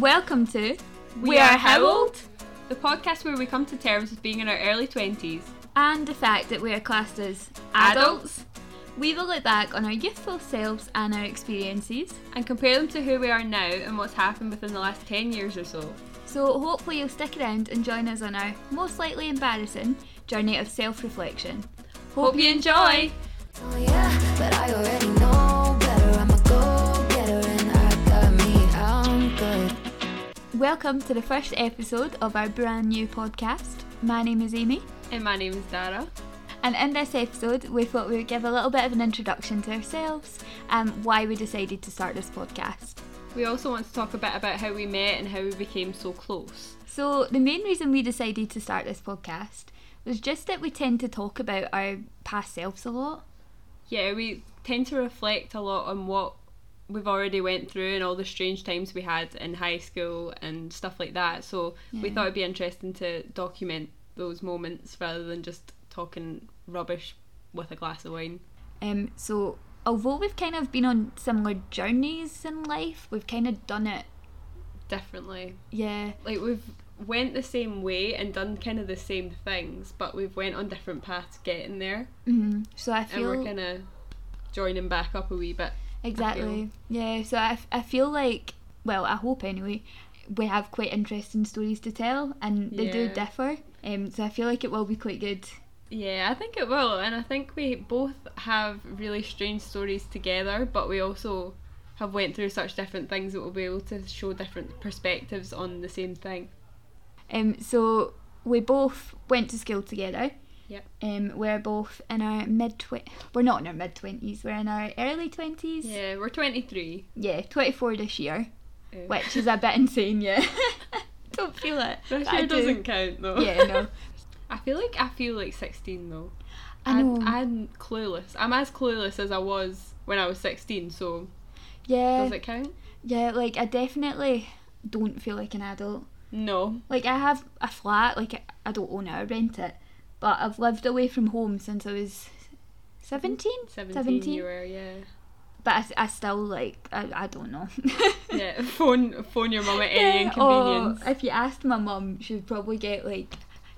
Welcome to We Are How Old? the podcast where we come to terms with being in our early 20s. and the fact that we are classed as adults. We will look back on our youthful selves and our experiences. and compare them to who we are now and what's happened within the last 10 years or so. So hopefully you'll stick around and join us on our most likely embarrassing journey of self-reflection. Hope you enjoy! Oh yeah, but I already know better. I'm a go-getter and I got me. I'm good. Welcome to the first episode of our brand new podcast. My name is Amy, And my name is Dara. and in this episode, we thought we would give a little bit of an introduction to ourselves and why we decided to start this podcast. We also want to talk a bit about how we met and how we became so close. So, the main reason we decided to start this podcast was just that we tend to talk about our past selves a lot. Yeah, we tend to reflect a lot on what we've already went through and all the strange times we had in high school and stuff like that. So we Yeah. thought it'd be interesting to document those moments rather than just talking rubbish with a glass of wine. Um, so, although we've kind of been on similar journeys in life, we've kind of done it, Differently. yeah, like we've went the same way and done kind of the same things but we've went on different paths getting there mm So, I and feel we're kind of joining back up a wee bit exactly, yeah. So, I, f- I feel like, well, I hope anyway, we have quite interesting stories to tell and they do Yeah. differ. Um, so, I feel like it will be quite good. yeah i think it will and i think we both have really strange stories together but we also have went through such different things that we'll be able to show different perspectives on the same thing Um, so, we both went to school together. Yep. Um, we're both in our mid twenties. We're not in our mid twenties. We're in our early twenties. yeah we're 23 Yeah, twenty four this year, uh, which is a bit insane. Yeah. Don't feel it. this but I year do. doesn't count though Yeah, no. i feel like i feel like 16 though I know. I'm, I'm clueless i'm as clueless as i was when i was 16 so yeah. Does it count? Yeah, like I definitely don't feel like an adult. No. Like I have a flat. Like I- I don't own it. I rent it. But I've lived away from home since I was seventeen. 17, Seventeen. you were, yeah. But I, s- I still like I, I don't know. Yeah, phone phone your mum at any Yeah, oh. inconvenience. Or if you asked my mum, she'd probably get like.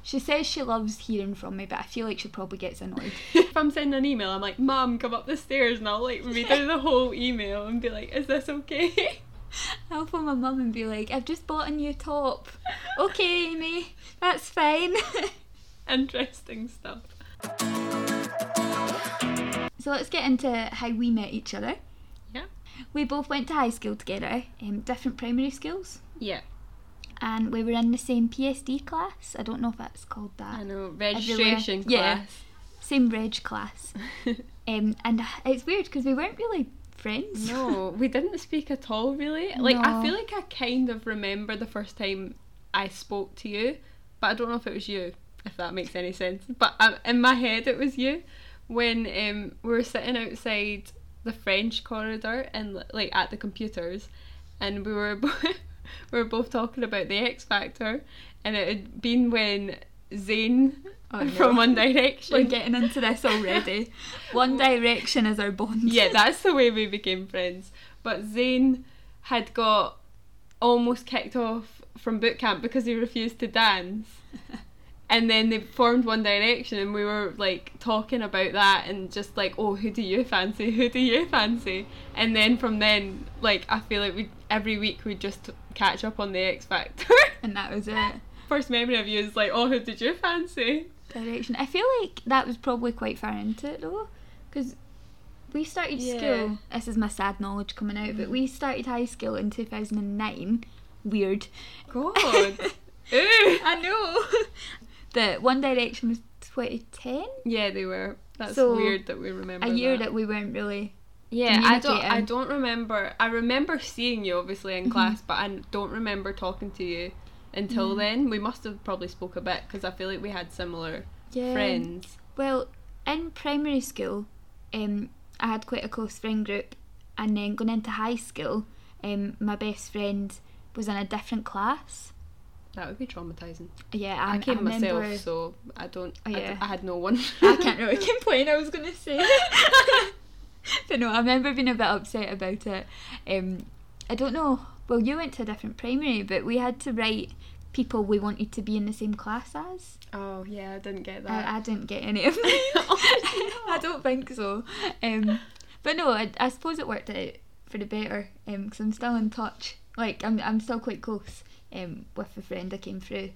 She says she loves hearing from me, but I feel like she probably gets annoyed. if I'm sending an email, I'm like, Mum, come up the stairs and I'll like read through the whole email and be like, Is this okay? I'll phone my mum and be like, "I've just bought a new top." okay, Amy, that's fine. Interesting stuff. so let's get into how we met each other. Yeah. We both went to high school together, um, different primary schools, Yeah. and we were in the same PSD class. I don't know if that's called that. I know. Registration Yeah. class. Same reg class. Um, and it's weird because we weren't really friends. no, we didn't speak at all really. Like I No. feel like I kind of remember the first time I spoke to you, but I don't know if it was you, if that makes any sense. But um, in my head it was you when um, we were sitting outside the French corridor and li- like at the computers, and we were bo- we were both talking about the X Factor, and it had been when Zayn Oh, no. from One Direction. We're getting into this already. One Direction is our bond. yeah, that's the way we became friends. But Zayn had got almost kicked off from boot camp because he refused to dance. And then they formed One Direction, and we were like talking about that, and just like, oh, who do you fancy? Who do you fancy? And then from then, like, I feel like we every week we just catch up on the X Factor. and that was it. First memory of you is like, oh, who did you fancy? Direction. I feel like that was probably quite far into it though, because we started Yeah. Mm. school. This is my sad knowledge coming out, but we started high school in two thousand and nine. Weird. God. Ooh. I know. but One Direction was twenty ten. Yeah, they were. That's So, weird that we remember. A year that. that we weren't really. Yeah, I don't. I communicating. don't remember. I remember seeing you obviously Mm-hmm. in class, but I don't remember talking to you until Mm-hmm. then. We must have probably spoke a bit because I feel like we had similar Yeah. friends. Well, in primary school, um, I had quite a close friend group, and then going into high school, um, my best friend was in a different class. That would be traumatizing. Yeah, I, I, came I myself, remember- so I don't. Oh, I d- yeah. I, had no one. I can't really complain. I was gonna say, but no, I remember being a bit upset about it. Um, I don't know Well, you went to a different primary, but we had to write people we wanted to be in the same class as. Oh yeah, I didn't get that. I, I didn't get any of them. Obviously I don't think so. Um, but no, I, I suppose it worked out for the better because I'm still in touch. Like I'm, I'm still quite close um, with the friend I came through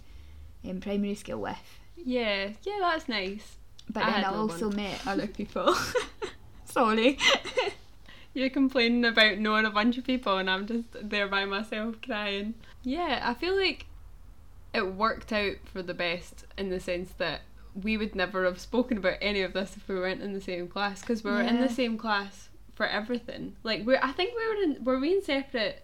um, primary school with. yeah, yeah, that's nice. But I then had I no also met other people. Sorry. You're complaining about knowing a bunch of people, and I'm just there by myself crying. Yeah, I feel like it worked out for the best in the sense that we would never have spoken about any of this if we weren't in the same class because we were in the Yeah. same class for everything. Like we, I think we were in were we in separate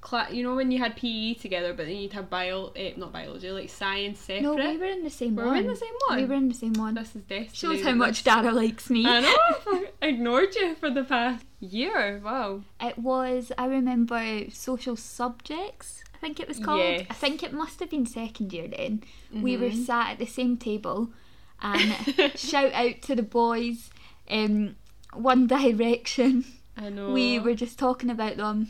class? You know when you had PE together, but then you'd have bio, eh, not biology, like science separate. no, we were in the same Were one. we in the same one? We were in the same one. This is destiny. Shows how that much Dara likes me. I know. I ignored you for the past year. Wow. It was, I remember, social subjects, I think it was called. Yes. Mm-hmm. I think it must have been second year then. We were sat at the same table and shout out to the boys, um, One Direction. I know. We were just talking about them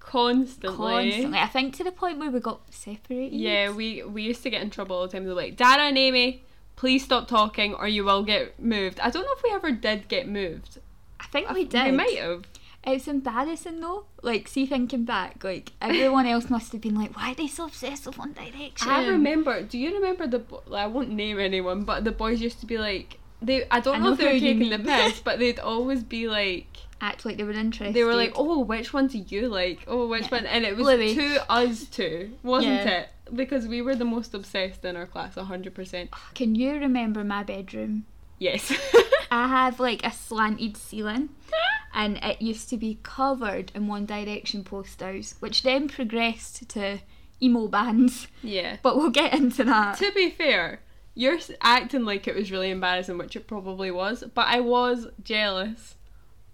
constantly. constantly. I think to the point where we got separated. Yeah, we we used to get in trouble all the time. They were like, Dara and Amy, please stop talking or you will get moved. I don't know if we ever did get moved. I think I- we did. We might have. It's embarrassing though. Like, see, thinking back, like everyone else must have been like, "Why are they so obsessed with One Direction?" I remember. Do you remember the? bo- I won't name anyone, but the boys used to be like. They, I don't I know, know if they were who you taking the mean. piss, but they'd always be like, act like they were interested. they were like, "Oh, which one do you like? Oh, which Yeah. one?" And it was Bluey. to us two, wasn't Yeah. it? Because we were the most obsessed in our class, hundred percent. "Can you remember my bedroom? Yes. I have like a slanted ceiling." and it used to be covered in One Direction posters, which then progressed to emo bands. yeah. But we'll get into that. To be fair, you're s- acting like it was really embarrassing, which it probably was, but I was jealous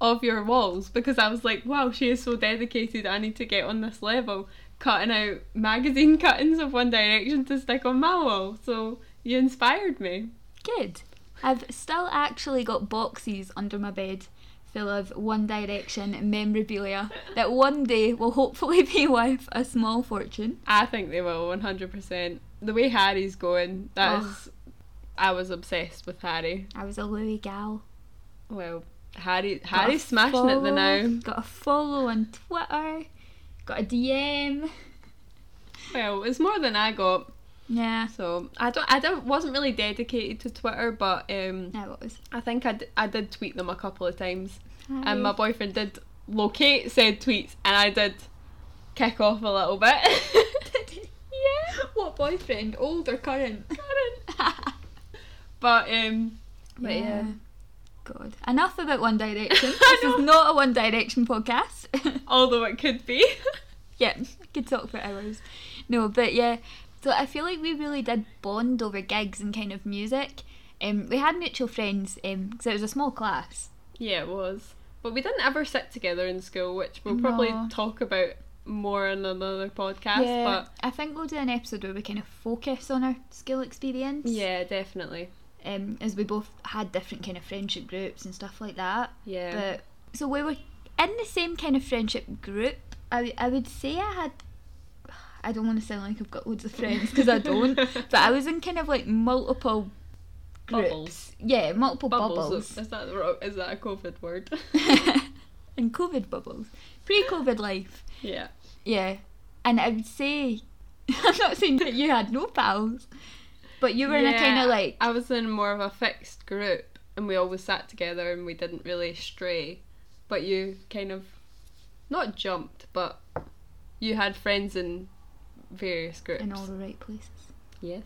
of your walls because I was like, wow, she is so dedicated, I need to get on this level, cutting out magazine cuttings of One Direction to stick on my wall. So you inspired me. Good. I've still actually got boxes under my bed full of One Direction memorabilia that one day will hopefully be worth a small fortune. I think they will, 100%. The way Harry's going, that is. Ugh. I was obsessed with Harry. I was a Louis gal. Well, Harry, Got a Harry's smashing it the follow- now. Got a follow on Twitter. Got a DM. Well, it's more than I got. Yeah. So I don't, I don't, wasn't really dedicated to Twitter, but um, Yeah, what was? I think I, d- I did tweet them a couple of times, Hi. and my boyfriend did locate said tweets, and I did kick off a little bit. yeah, What boyfriend? Old or current? Current. but um, but yeah. God. Enough about One Direction. I this is not a One Direction podcast. although it could be. yeah, could talk for hours. No, but yeah. So I feel like we really did bond over gigs and kind of music. Um, we had mutual friends because it was a small class. yeah, it was. But we didn't ever sit together in school, which we'll probably No. talk about more in another podcast. But I think we'll do an episode where we kind of focus on our school experience. yeah, definitely. Um, as we both had different kind of friendship groups and stuff like that. Yeah. But so we were in the same kind of friendship group. I I would say I had. I don't want to sound like I've got loads of friends because I don't. but I was in kind of like multiple groups. Bubbles. Yeah, multiple bubbles. bubbles. Is that the wrong- is that a COVID word? and COVID bubbles. Pre-COVID life. yeah. Yeah. And I would say, I'm not saying that you had no pals, but you were in a Yeah, kind of like I was in more of a fixed group, and we always sat together, and we didn't really stray. But you kind of, not jumped, but you had friends in various groups. in all the right places. Yes.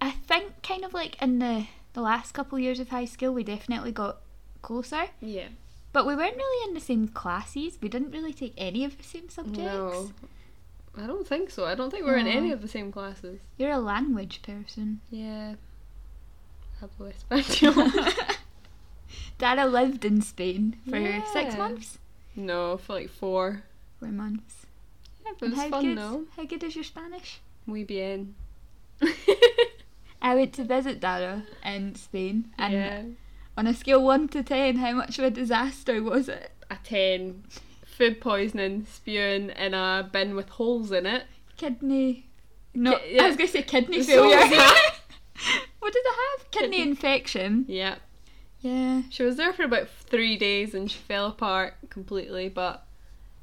I think kind of like in the the last couple years of high school, we definitely got closer. Yeah. But we weren't really in the same classes. We didn't really take any of the same subjects. No. I don't think so. I don't think we were in No. any of the same classes. You're a language person. Yeah. Hablo español. Dara lived in Spain for six Yeah. months. no, for like four. Four months. Yeah, but it And was how fun good, though. How good is your Spanish? Muy bien. I went to visit Dara in Spain, and yeah. on a scale one to ten, how much of a disaster was it? a 10 food poisoning, spewing in a bin with holes in it. Kidney. No, Ki- yeah. I was going to say kidney So- failure. what did I have? Kidney, Kidney- infection. Yeah. Yeah. She was there for about three days and she fell apart completely, but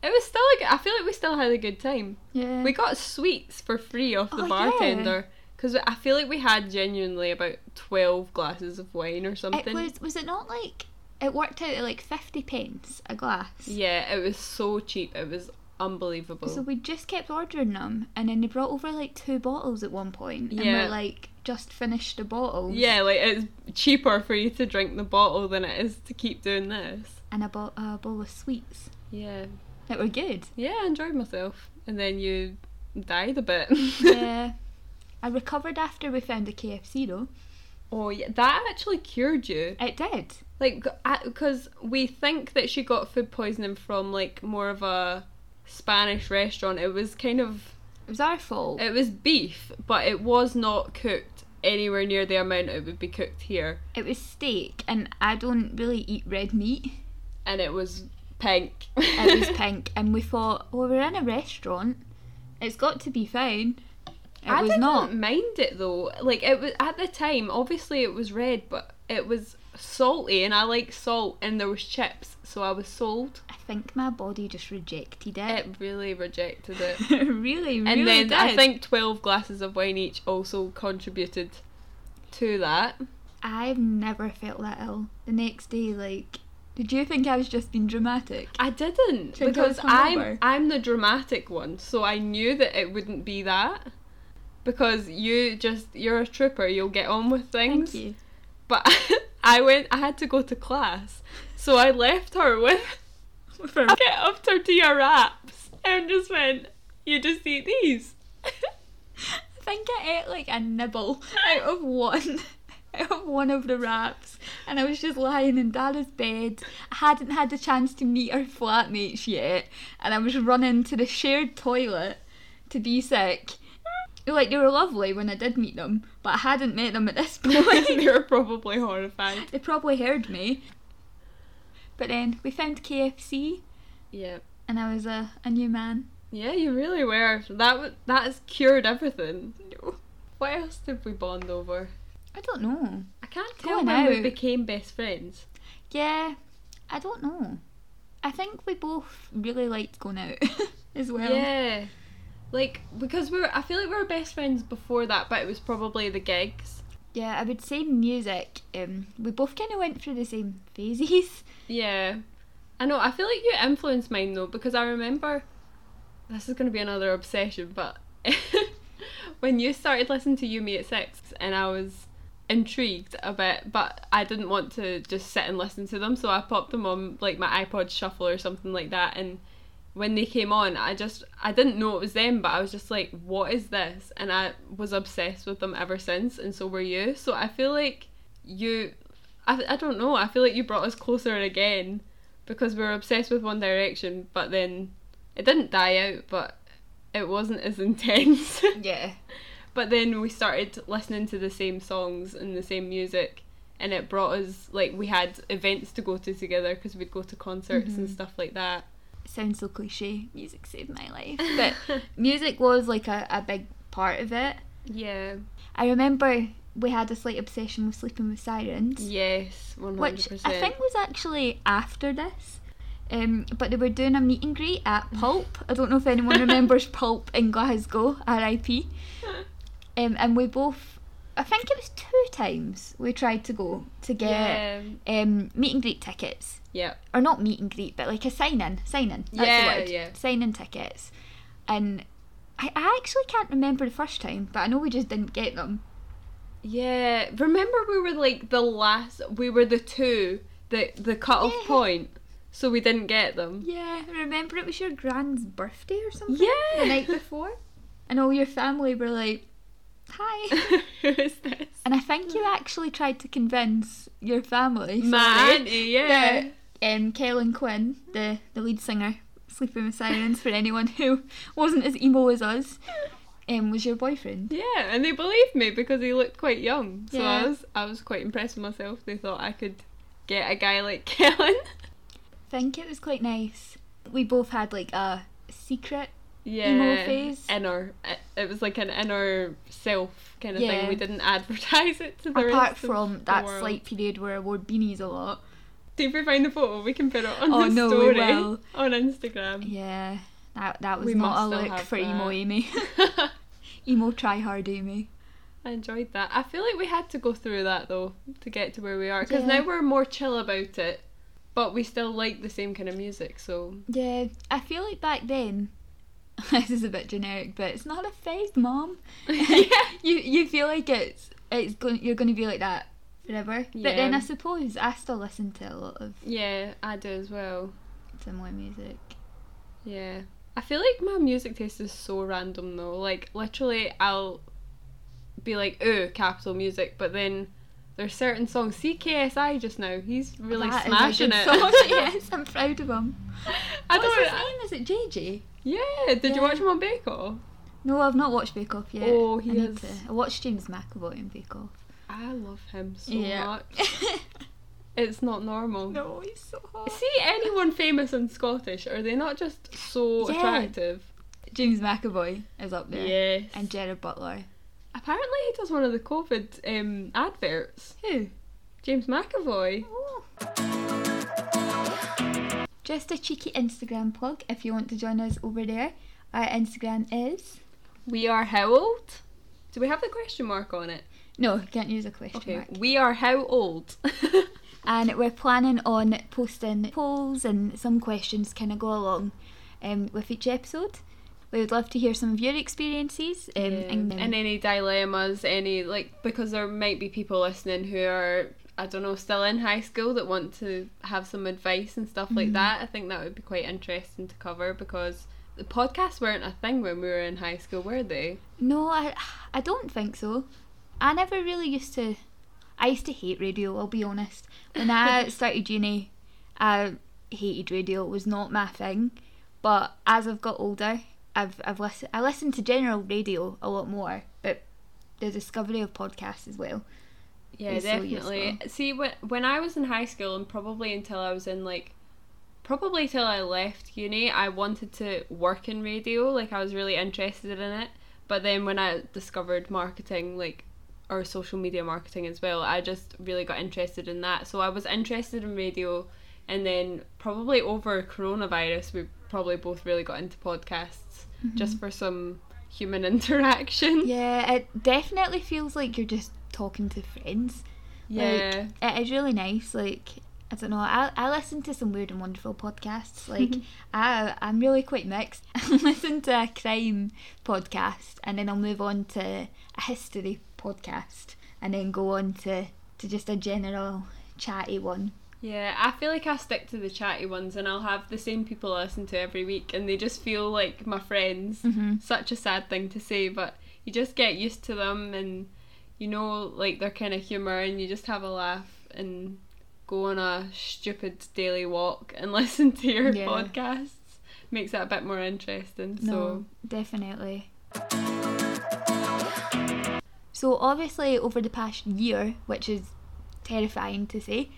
it was still a good, I feel like we still had a good time. Yeah. We got sweets for free off the Oh, yeah. bartender because I feel like we had genuinely about 12 glasses of wine or something. It was was it not like it worked out at like fifty pence a glass. Yeah, it was so cheap. It was unbelievable. So we just kept ordering them, and then they brought over like two bottles at one point, and Yeah. we're like just finished a bottle. yeah, like it's cheaper for you to drink the bottle than it is to keep doing this. And I bought a bowl of sweets Yeah. that were good. Yeah, I enjoyed myself. And then you died a bit. yeah. I recovered after we found a KFC though. oh, yeah. That actually cured you. It did. Like, because we think that she got food poisoning from, like, more of a Spanish restaurant. It was kind of. It was our fault. It, It was beef, but it was not cooked anywhere near the amount it would be cooked here. was steak, and I don't really eat red meat. And it was pink. It was pink, and we thought, well, we're in a restaurant. It's got to be fine. It I was didn't not. mind it though. Like it was at the time, obviously it was red, but it was salty and I like salt and there was chips, so I was sold. I think my body just rejected it. It really rejected it. really, really and then did. I think twelve glasses of wine each also contributed to that. I've never felt that ill. The next day, like, did you think I was just being dramatic? I didn't Think I was because I'm hungover? I'm the dramatic one, so I knew that it wouldn't be that. Because you just you're a trooper, you'll get on with things. Thank you. But I went I had to go to class. So I left her with For a kit of tortilla wraps and just went, You just eat these. I think I ate like a nibble out of one out of one of the wraps and I was just lying in Dada's bed. I hadn't had the chance to meet her flatmates yet and I was running to the shared toilet to be sick. Like they were lovely when I did meet them, but I hadn't met them at this point. they were probably horrified. they probably heard me. But then we found KFC Yeah. and I was a, a new man. Yeah, you really were. That wa- that has cured everything. What else did we bond over? I don't know. I can't Go tell on when we out. became best friends. Yeah, I don't know. I think we both really liked going out as well. Yeah. Like because we were I feel like we were best friends before that, but it was probably the gigs. Yeah, I would say music. Um, we both kind of went through the same phases. Yeah. I know, I feel like you influenced mine though, because I remember this is gonna be another obsession, but when you started listening to You Me at Six and I was intrigued a bit, but I didn't want to just sit and listen to them, so I popped them on like my iPod shuffle or something like that and when they came on I just I didn't know it was them but I was just like what is this and I was obsessed with them ever since and so were you so I feel like you I, I don't know I feel like you brought us closer again because we were obsessed with One Direction but then it didn't die out but it wasn't as intense Yeah. but then we started listening to the same songs and the same music and it brought us like we had events to go to together because we'd go to concerts and stuff like that sounds so cliche. Music saved my life. But music was like a, a big part of it. yeah I remember we had a slight obsession with sleeping with sirens. Yes, one which hundred I percent. think was actually after this. Um, but they were doing a meet and greet at Pulp. I don't know if anyone remembers Pulp in Glasgow, RIP. Um, and we both, I think it was two times we tried to go to get Yeah. um, meet and greet tickets. Yeah. Or not meet and greet, but like a sign in. Sign in. That's Yeah, the word. yeah. Sign in tickets. And I, I actually can't remember the first time, but I know we just didn't get them. Yeah. Remember we were like the last we were the two the the cut off Yeah. point. So we didn't get them. Yeah, I remember it was your grand's birthday or something. Yeah. the night before, and all your family were like, "Hi." Who is this? And I think you actually tried to convince your family, sorry, My auntie, yeah. that um, Kellen Quinn, the the lead singer, Sleeping with Sirens, for anyone who wasn't as emo as us, um, was your boyfriend. Yeah, and they believed me because he looked quite young. So I Yeah. was I was quite impressed with myself. They thought I could get a guy like Kellen. I think it was quite nice we both had like a secret yeah, Emo phase? inner. It, it was like an inner self kind of Yeah. thing. We didn't advertise it to the apart rest of from the that world. slight period where I wore beanies a lot. See if we find the photo, we can put it on Oh, the no, we story will. on Instagram. Yeah, that that was We must not a still look have for emo that. Amy. emo try hard Amy. I enjoyed that. I feel like we had to go through that though to get to where we are because Yeah. now we're more chill about it, but we still like the same kind of music. So Yeah, I feel like back then. This is a bit generic, but it's not a phase, mom. you you feel like it's it's going you're going to be like that forever. But then Yeah. I suppose I still listen to a lot of yeah, I do as well. similar music. Yeah. I feel like my music taste is so random though. Like literally I'll be like, ooh, capital music, but then there's certain songs. CKSI just now, he's really That is a smashing good it. song. yes, I'm proud of him. I What's his don't name? Is it JJ? Yeah, did Yeah. you watch him on Bake Off? No, I've not watched Bake Off yet. Oh, he I need is- to. I watched James McAvoy in Bake Off. I love him so much. much. It's not normal. no, he's so hot. See anyone famous and Scottish, are they not just so Yeah. attractive? James McAvoy is up there. Yes. And Jared Butler. Apparently he does one of the COVID um, adverts. Who? James McAvoy. Just a cheeky Instagram plug if you want to join us over there. Our Instagram is. We are how old? Do we have the question mark on it? No, can't use a question Okay, mark. Um, we are how old? And we're planning on posting polls and some questions kind of go along um, with each episode. We would love to hear some of your experiences. Um, and, and, any dilemmas, any like because there might be people listening who are I don't know still in high school that want to have some advice and stuff Mm-hmm. like that. I think that would be quite interesting to cover because the podcasts weren't a thing when we were in high school, were they? no, I, I don't think so. I never really used to. I used to hate radio, I'll be honest. When I started uni, I hated radio. It was not my thing. But as I've got older, I've, I've listened, I listen to general radio a lot more, but the discovery of podcasts as well. Yeah, It's so definitely. See, when when I was in high school and probably until I was in like probably till I left uni, I wanted to work in radio, like I was really interested in it. But then when I discovered marketing like or social media marketing as well, I just really got interested in that. So I was interested in radio and then probably over coronavirus we probably both really got into podcasts just for some human interaction. Yeah, it definitely feels like you're just talking to friends. Yeah. Like, it is really nice. Like, I don't know. I, I listen to some weird and wonderful podcasts. Like, I, I'm really quite mixed. I listen to a crime podcast and then I'll move on to a history podcast and then go on to, to just a general chatty one. Yeah, I feel like I stick to the chatty ones and I'll have the same people I listen to every week and they just feel like my friends. Such a sad thing to say, but you just get used to them and you know like their kind of humour and you just have a laugh and go on a stupid daily walk and listen to your Yeah. podcasts. Makes that a bit more interesting. No, definitely. So obviously, over the past year, which is terrifying to say,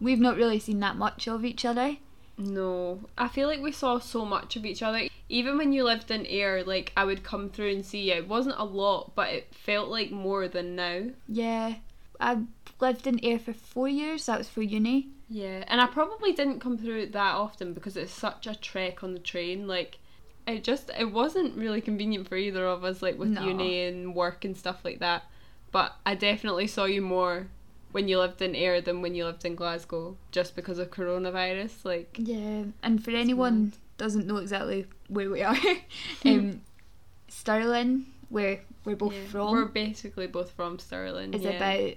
we've not really seen that much of each other. So no. I feel like we saw so much of each other. Even when you lived in air, like I would come through and see you. It wasn't a lot, but it felt like more than now. Yeah, I lived in air for four years. That was for uni. Yeah, and I probably didn't come through it that often because it's such a trek on the train. Like, it just it wasn't really convenient for either of us, like with No. uni and work and stuff like that. But I definitely saw you more when you lived in Ayr than when you lived in Glasgow, just because of coronavirus. Like, Yeah, and for anyone doesn't know exactly where we are, um, Stirling, where we're both yeah, from, we're basically both from Stirling. is yeah. about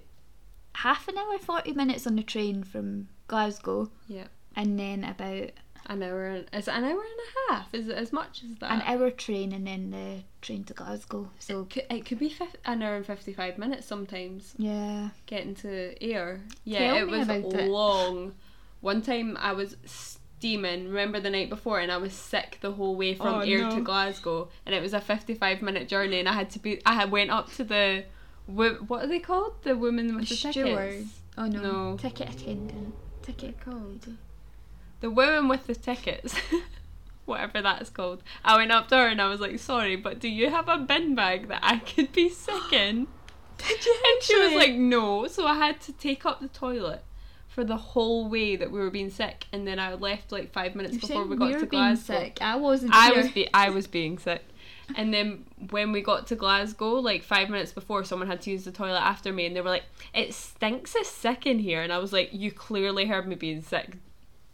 half an hour, forty minutes on the train from Glasgow, yeah, and then about an hour. And, is it an hour and a half? Is it as much as that? an hour train and then the train to Glasgow. So It could, it could be fif- an hour and fifty five minutes sometimes. yeah, getting to air. Tell E Yeah, it me was about it. long. One time I was steaming, remember the night before, and I was sick the whole way from Oh, air no. to Glasgow, and it was a 55 minute journey, and I had to be, I had went up to the, wo- what are they called? The women with the steward. tickets. Oh no. No. ticket attendant, ticket The women with the tickets. whatever that's called. I went up to her and I was like, sorry, but do you have a bin bag that I could be sick in? Did you? And she was like, no. So I had to take up the toilet for the whole way that we were being sick, and then I left like five minutes before we got were to being Glasgow. sick. I wasn't. I here. was be- I was being sick. And then when we got to Glasgow, like five minutes before, someone had to use the toilet after me, and they were like, "It stinks a sick in here," and I was like, "You clearly heard me being sick."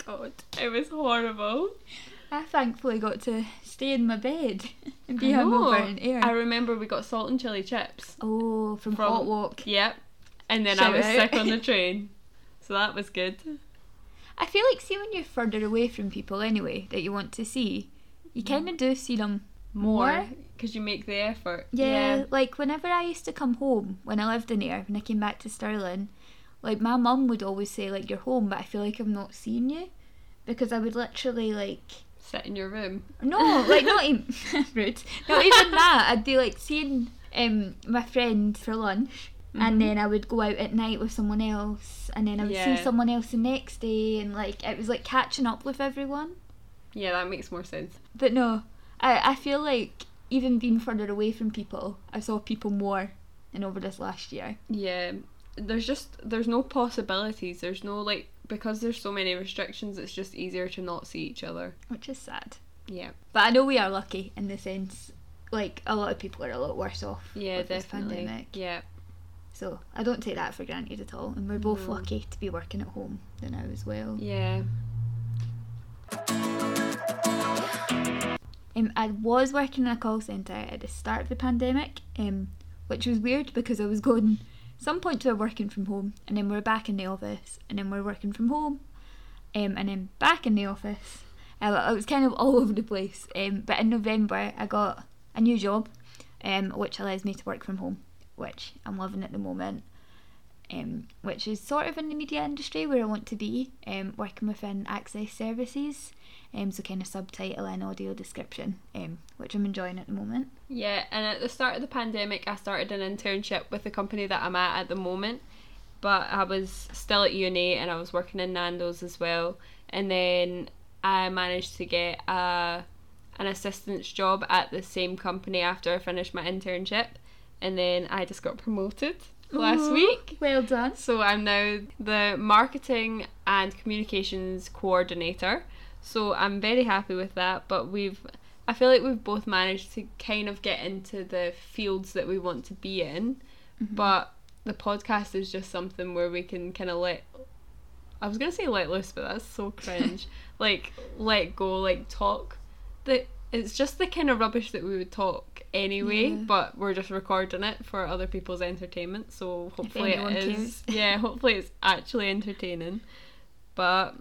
God, it was horrible. I thankfully got to stay in my bed and be I know. hungover and air. I remember we got salt and chili chips. oh, from, From- Hot Walk. Yep. And then Shout I was out. sick on the train, so that was good. I feel like see when you're further away from people anyway that you want to see, you kind of do see them Mm. More because you make the effort. Yeah, like whenever I used to come home when I lived in here, when I came back to Stirling, like my mum would always say like you're home, but I feel like I'm not seeing you because I would literally like Sit in your room. no, like not even rude, not even that. I'd be like seeing um my friend for lunch. Mm-hmm. And then I would go out at night with someone else, and then I would Yeah. see someone else the next day, and like it was like catching up with everyone. Yeah, that makes more sense. But no, I, I feel like even being further away from people, I saw people more than over this last year. Yeah, there's just there's no possibilities. There's no like because there's so many restrictions. It's just easier to not see each other. which is sad. Yeah, But I know we are lucky in the sense, like a lot of people are a lot worse off. yeah, with definitely. This pandemic. Yeah, So I don't take that for granted at all, and we're both No. lucky to be working at home than now as well. yeah. Um, I was working in a call centre at the start of the pandemic, um, which was weird because I was going some points we we're working from home, and then we we're back in the office, and then we we're working from home, um, and then back in the office. Uh, it was kind of all over the place. Um, but in November, I got a new job, um, which allows me to work from home, which I'm loving at the moment. Um, which is sort of in the media industry where I want to be, um, working within access services, um, so kind of subtitle and audio description, um, which I'm enjoying at the moment. Yeah, and at the start of the pandemic, I started an internship with the company that I'm at at the moment. But I was still at uni and I was working in Nando's as well. And then I managed to get a, an assistance job at the same company after I finished my internship. And then I just got promoted last Ooh. week. Well done. So I'm now the marketing and communications coordinator. So I'm very happy with that, but we've I feel like we've both managed to kind of get into the fields that we want to be in, but the podcast is just something where we can kind of let I was going to say let loose, but that's so cringe. like let go, like talk. The it's just the kind of rubbish that we would talk anyway, Yeah. but we're just recording it for other people's entertainment. So hopefully anyone it is. Yeah, hopefully it's actually entertaining. But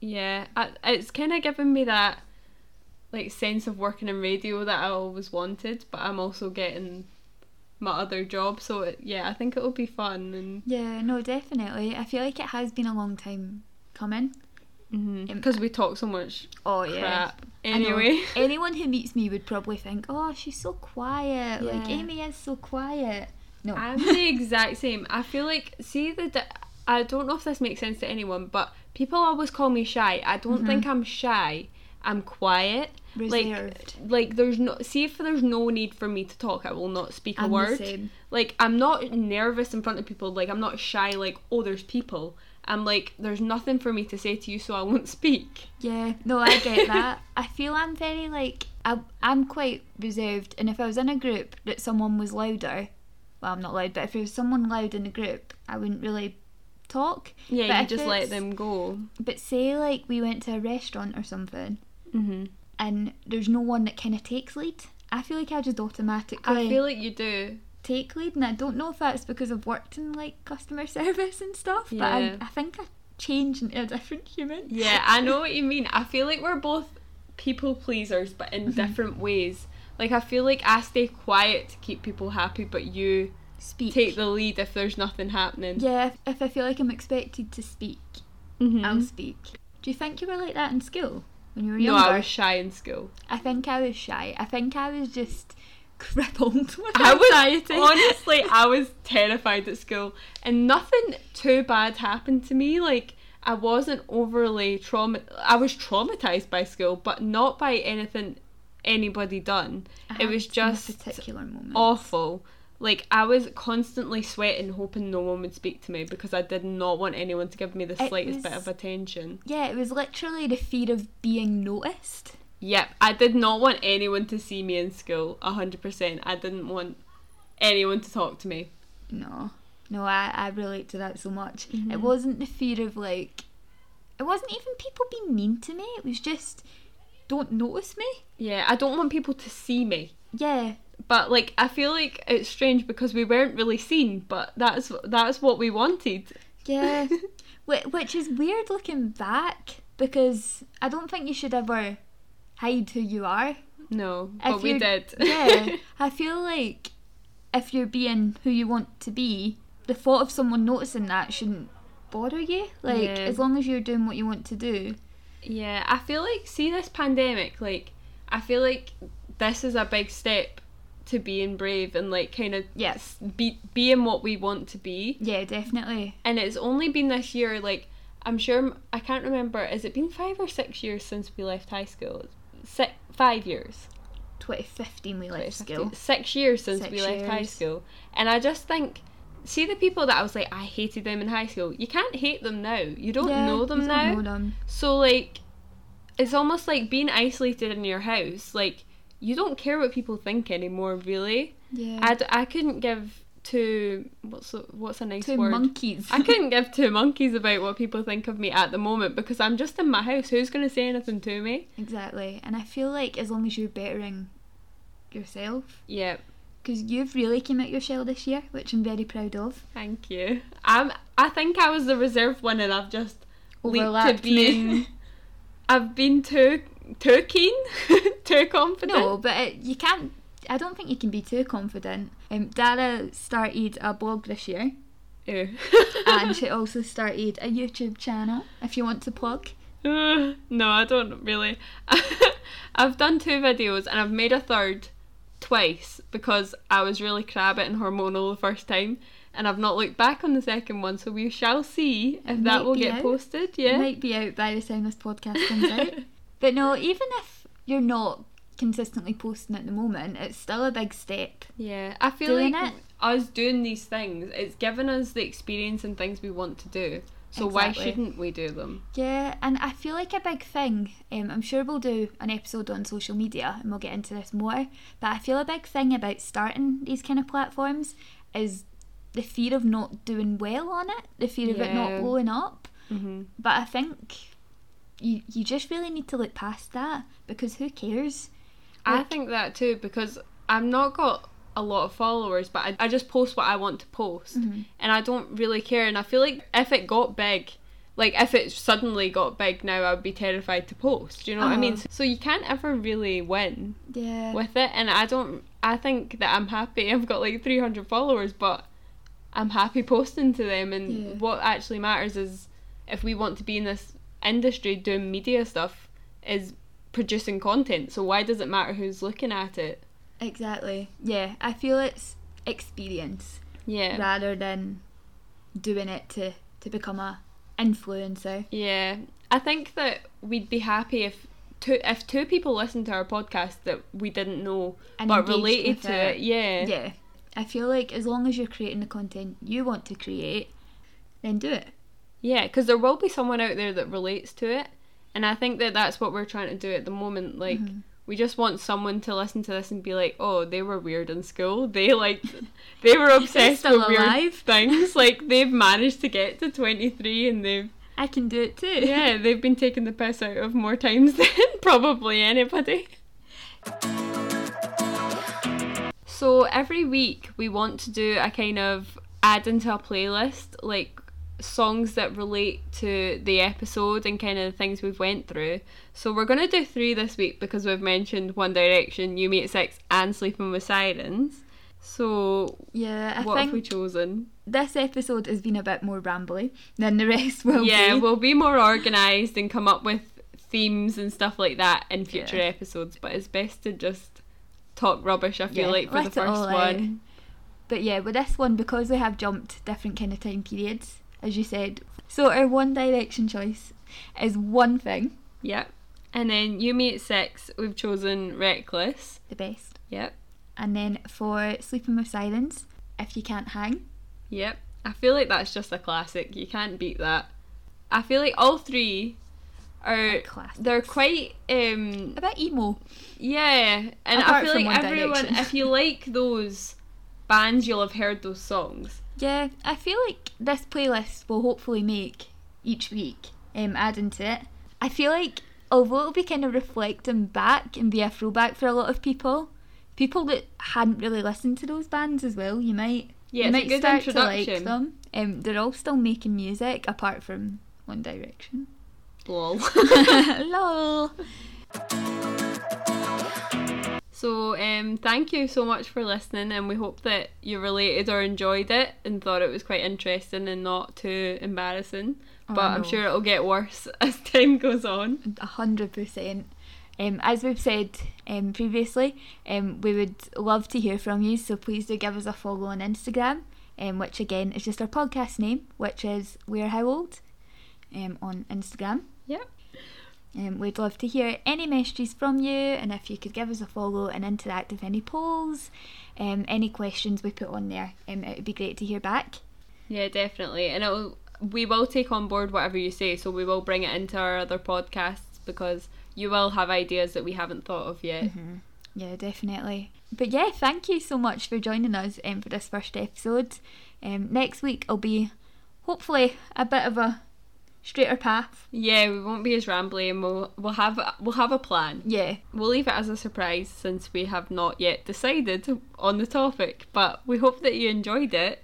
yeah, I, it's kind of given me that like sense of working in radio that I always wanted, but I'm also getting my other job, so it, yeah, I think it'll be fun and Yeah, no, definitely. I feel like it has been a long time coming. Um, because we talk so much Oh crap I know. anyway. anyone who meets me would probably think, "Oh, she's so quiet. Like Yeah. Amy is so quiet." No, I'm the exact same. I feel like see the di- I don't know if this makes sense to anyone, but people always call me shy. I Mm-hmm. don't think I'm shy. I'm quiet. Reserved. Like like there's no see if there's no need for me to talk, I will not speak a I'm the word. same. Like I'm not nervous in front of people. Like I'm not shy like oh there's people. I'm like there's nothing for me to say to you so I won't speak. Yeah, no, I get that. I feel I'm very like I, I'm quite reserved, and if I was in a group that someone was louder, well, I'm not loud, but if there was someone loud in the group, I wouldn't really talk. Yeah, But you if just let it's- them go. But say like we went to a restaurant or something, Mm-hmm. and there's no one that kind of takes lead. I feel like I just automatically I feel like you do. take lead, and I don't know if that's because I've worked in like customer service and stuff, Yeah. but I, I think I changed into a different human. Yeah, I know what you mean. I feel like we're both people pleasers, but in different ways. Like, I feel like I stay quiet to keep people happy, but you Speak. take the lead if there's nothing happening. yeah, if, if I feel like I'm expected to speak, Mhm. I'll speak. Do you think you were like that in school when you were No, younger? I was shy in school. I think I was shy. I think I was just crippled with I was anxiety. honestly, I was terrified at school, and nothing too bad happened to me. Like, I wasn't overly trauma. I was traumatized by school, but not by anything anybody done. I it was Uh-huh. had some just particular moment. awful. Like I was constantly sweating, hoping no one would speak to me because I did not want anyone to give me the It slightest bit was- of attention. Yeah, it was literally the fear of being noticed. Yep, I did not want anyone to see me in school. hundred percent. I didn't want anyone to talk to me. No, Mm-hmm. no, I, I relate to that so much. It wasn't the fear of like, it wasn't even people being mean to me. It was just don't notice me. Yeah, I don't want people to see me. Yeah, But like, I feel like it's strange because we weren't really seen. But that's that's what we wanted. yeah. Wh- Which is weird looking back because I don't think you should ever hide who you are. No, but we you're- did. yeah, I feel like if you're being who you want to be, the thought of someone noticing that shouldn't bother you. Like Yeah. as long as you're doing what you want to do. Yeah, I feel like see this pandemic, like I feel like this is a big step to being brave and like kind of Yes. be being what we want to be. Yeah, definitely. And it's only been this year, like I'm sure I can't remember. Has it been five or six years since we left high school? Six, five years. 2015 we left school. 2015. Six years since Six we left high years. school, and I just think. See the people that I was like, I hated them in high school. You can't hate them now. You don't Yeah, know them you now. Don't know them. So like it's almost like being isolated in your house. Like you don't care what people think anymore, really. Yeah. I, d- I couldn't give two what's a, what's a nice Two word. monkeys. I couldn't give two monkeys about what people think of me at the moment because I'm just in my house. Who's going to say anything to me? exactly. And I feel like as long as you're bettering yourself, Yeah, because you've really came out your shell this year, which I'm very proud of. thank you. I'm I think I was the reserved one and I've just leaped to Overlapped me. being I've been too too keen, too confident. No, but it, you can't. I don't think you can be too confident. Um, Dara started a blog this year, Ew. and she also started a YouTube channel. If you want to plug, Uh, no, I don't really. I've done two videos and I've made a third twice because I was really crabbit and hormonal the first time, and I've not looked back on the second one. So we shall see if might that will be get out. posted. it Yeah, might be out by the time this podcast comes out. But no, even if you're not consistently posting at the moment, it's still a big step. yeah. I feel Doing like it. us doing these things, it's given us the experience and things we want to do. So why Exactly. shouldn't we do them? Yeah, and I feel like a big thing. Um, I'm sure we'll do an episode on social media, and we'll get into this more. But I feel a big thing about starting these kind of platforms is the fear of not doing well on it, the fear of it Yeah. not blowing up. Mm-hmm. But I think you you just really need to look past that because who cares? I Like- think that too because I've not got a lot of followers, but I, I just post what I want to post, Mm-hmm. and I don't really care. And I feel like if it got big, like if it suddenly got big now, I would be terrified to post. Do you know what I mean? Uh-huh. So you can't ever really win Yeah. with it. And I don't. I think that I'm happy. I've got like 300 followers, but I'm happy posting to them. And Yeah. what actually matters is if we want to be in this industry doing media stuff, is producing content. So why does it matter who's looking at it? Exactly. Yeah, I feel it's experience Yeah. rather than doing it to to become a influencer. Yeah, I think that we'd be happy if two if two people listened to our podcast that we didn't know And but engaged related with to it. it. Yeah. Yeah. I feel like as long as you're creating the content you want to create, then do it. Yeah, because there will be someone out there that relates to it, and I think that that's what we're trying to do at the moment. Like, Mm-hmm. we just want someone to listen to this and be like, "Oh, they were weird in school. They like, they were obsessed still with weird alive." things. Like, they've managed to get to twenty three, and they've I can do it too. yeah, they've been taking the piss out of more times than probably anybody. So every week we want to do a kind of add into a playlist like songs that relate to the episode and kind of the things we've went through. So we're going to do three this week because we've mentioned One Direction, You Meet Six and Sleeping with Sirens. So Yeah, I what think have we chosen? this episode has been a bit more rambly than the rest will yeah, be. we'll be more organised and come up with themes and stuff like that in future Yeah. episodes. But it's best to just talk rubbish. I feel Yeah, like for let the it all first out. one, But yeah, with this one because we have jumped different kind of time periods, as you said. So our One Direction choice is one thing, Yep. And then Yumi at six, we've chosen Reckless. the best. Yep. And then for Sleeping with Sirens, If You Can't Hang. Yep. I feel like that's just a classic. You can't beat that. I feel like all three are Are classics. they're quite um A bit emo. yeah, and I Apart feel from like One everyone Direction. if you like those bands you'll have heard those songs. Yeah, I feel like this playlist will hopefully make each week, um, adding to it. I feel like although it'll be kind of reflecting back and be a throwback for a lot of people, people that hadn't really listened to those bands as well, you might you Yeah, it's a might good start to like introduction. them. Um, they're all still making music apart from One Direction. Lol. Lol. So, um, thank you so much for listening, and we hope that you related or enjoyed it and thought it was quite interesting and not too embarrassing. Oh, but I'm no. sure it'll get worse as time goes on. A hundred percent. Um, as we've said um, previously, um, we would love to hear from you, so please do give us a follow on Instagram, um, which again is just our podcast name, which is We're How Old um, on Instagram. Yep. Um, we'd love to hear any messages from you, and if you could give us a follow and interact with any polls, um, any questions we put on there, um, it would be great to hear back. Yeah, definitely. And it'll, we will take on board whatever you say, so we will bring it into our other podcasts because you will have ideas that we haven't thought of yet. Yeah, definitely. But yeah, thank you so much for joining us um, for this first episode. Um, next week will be hopefully a bit of a straighter path. Yeah, we won't be as rambly, and we'll we'll have we'll have a plan. Yeah, We'll leave it as a surprise since we have not yet decided on the topic, but we hope that you enjoyed it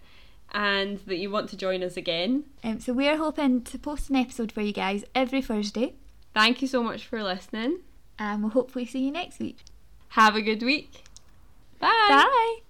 and that you want to join us again. um, so we're hoping to post an episode for you guys every Thursday, Thank you so much for listening. and we'll hopefully see you next week. Have a good week. Bye. Bye.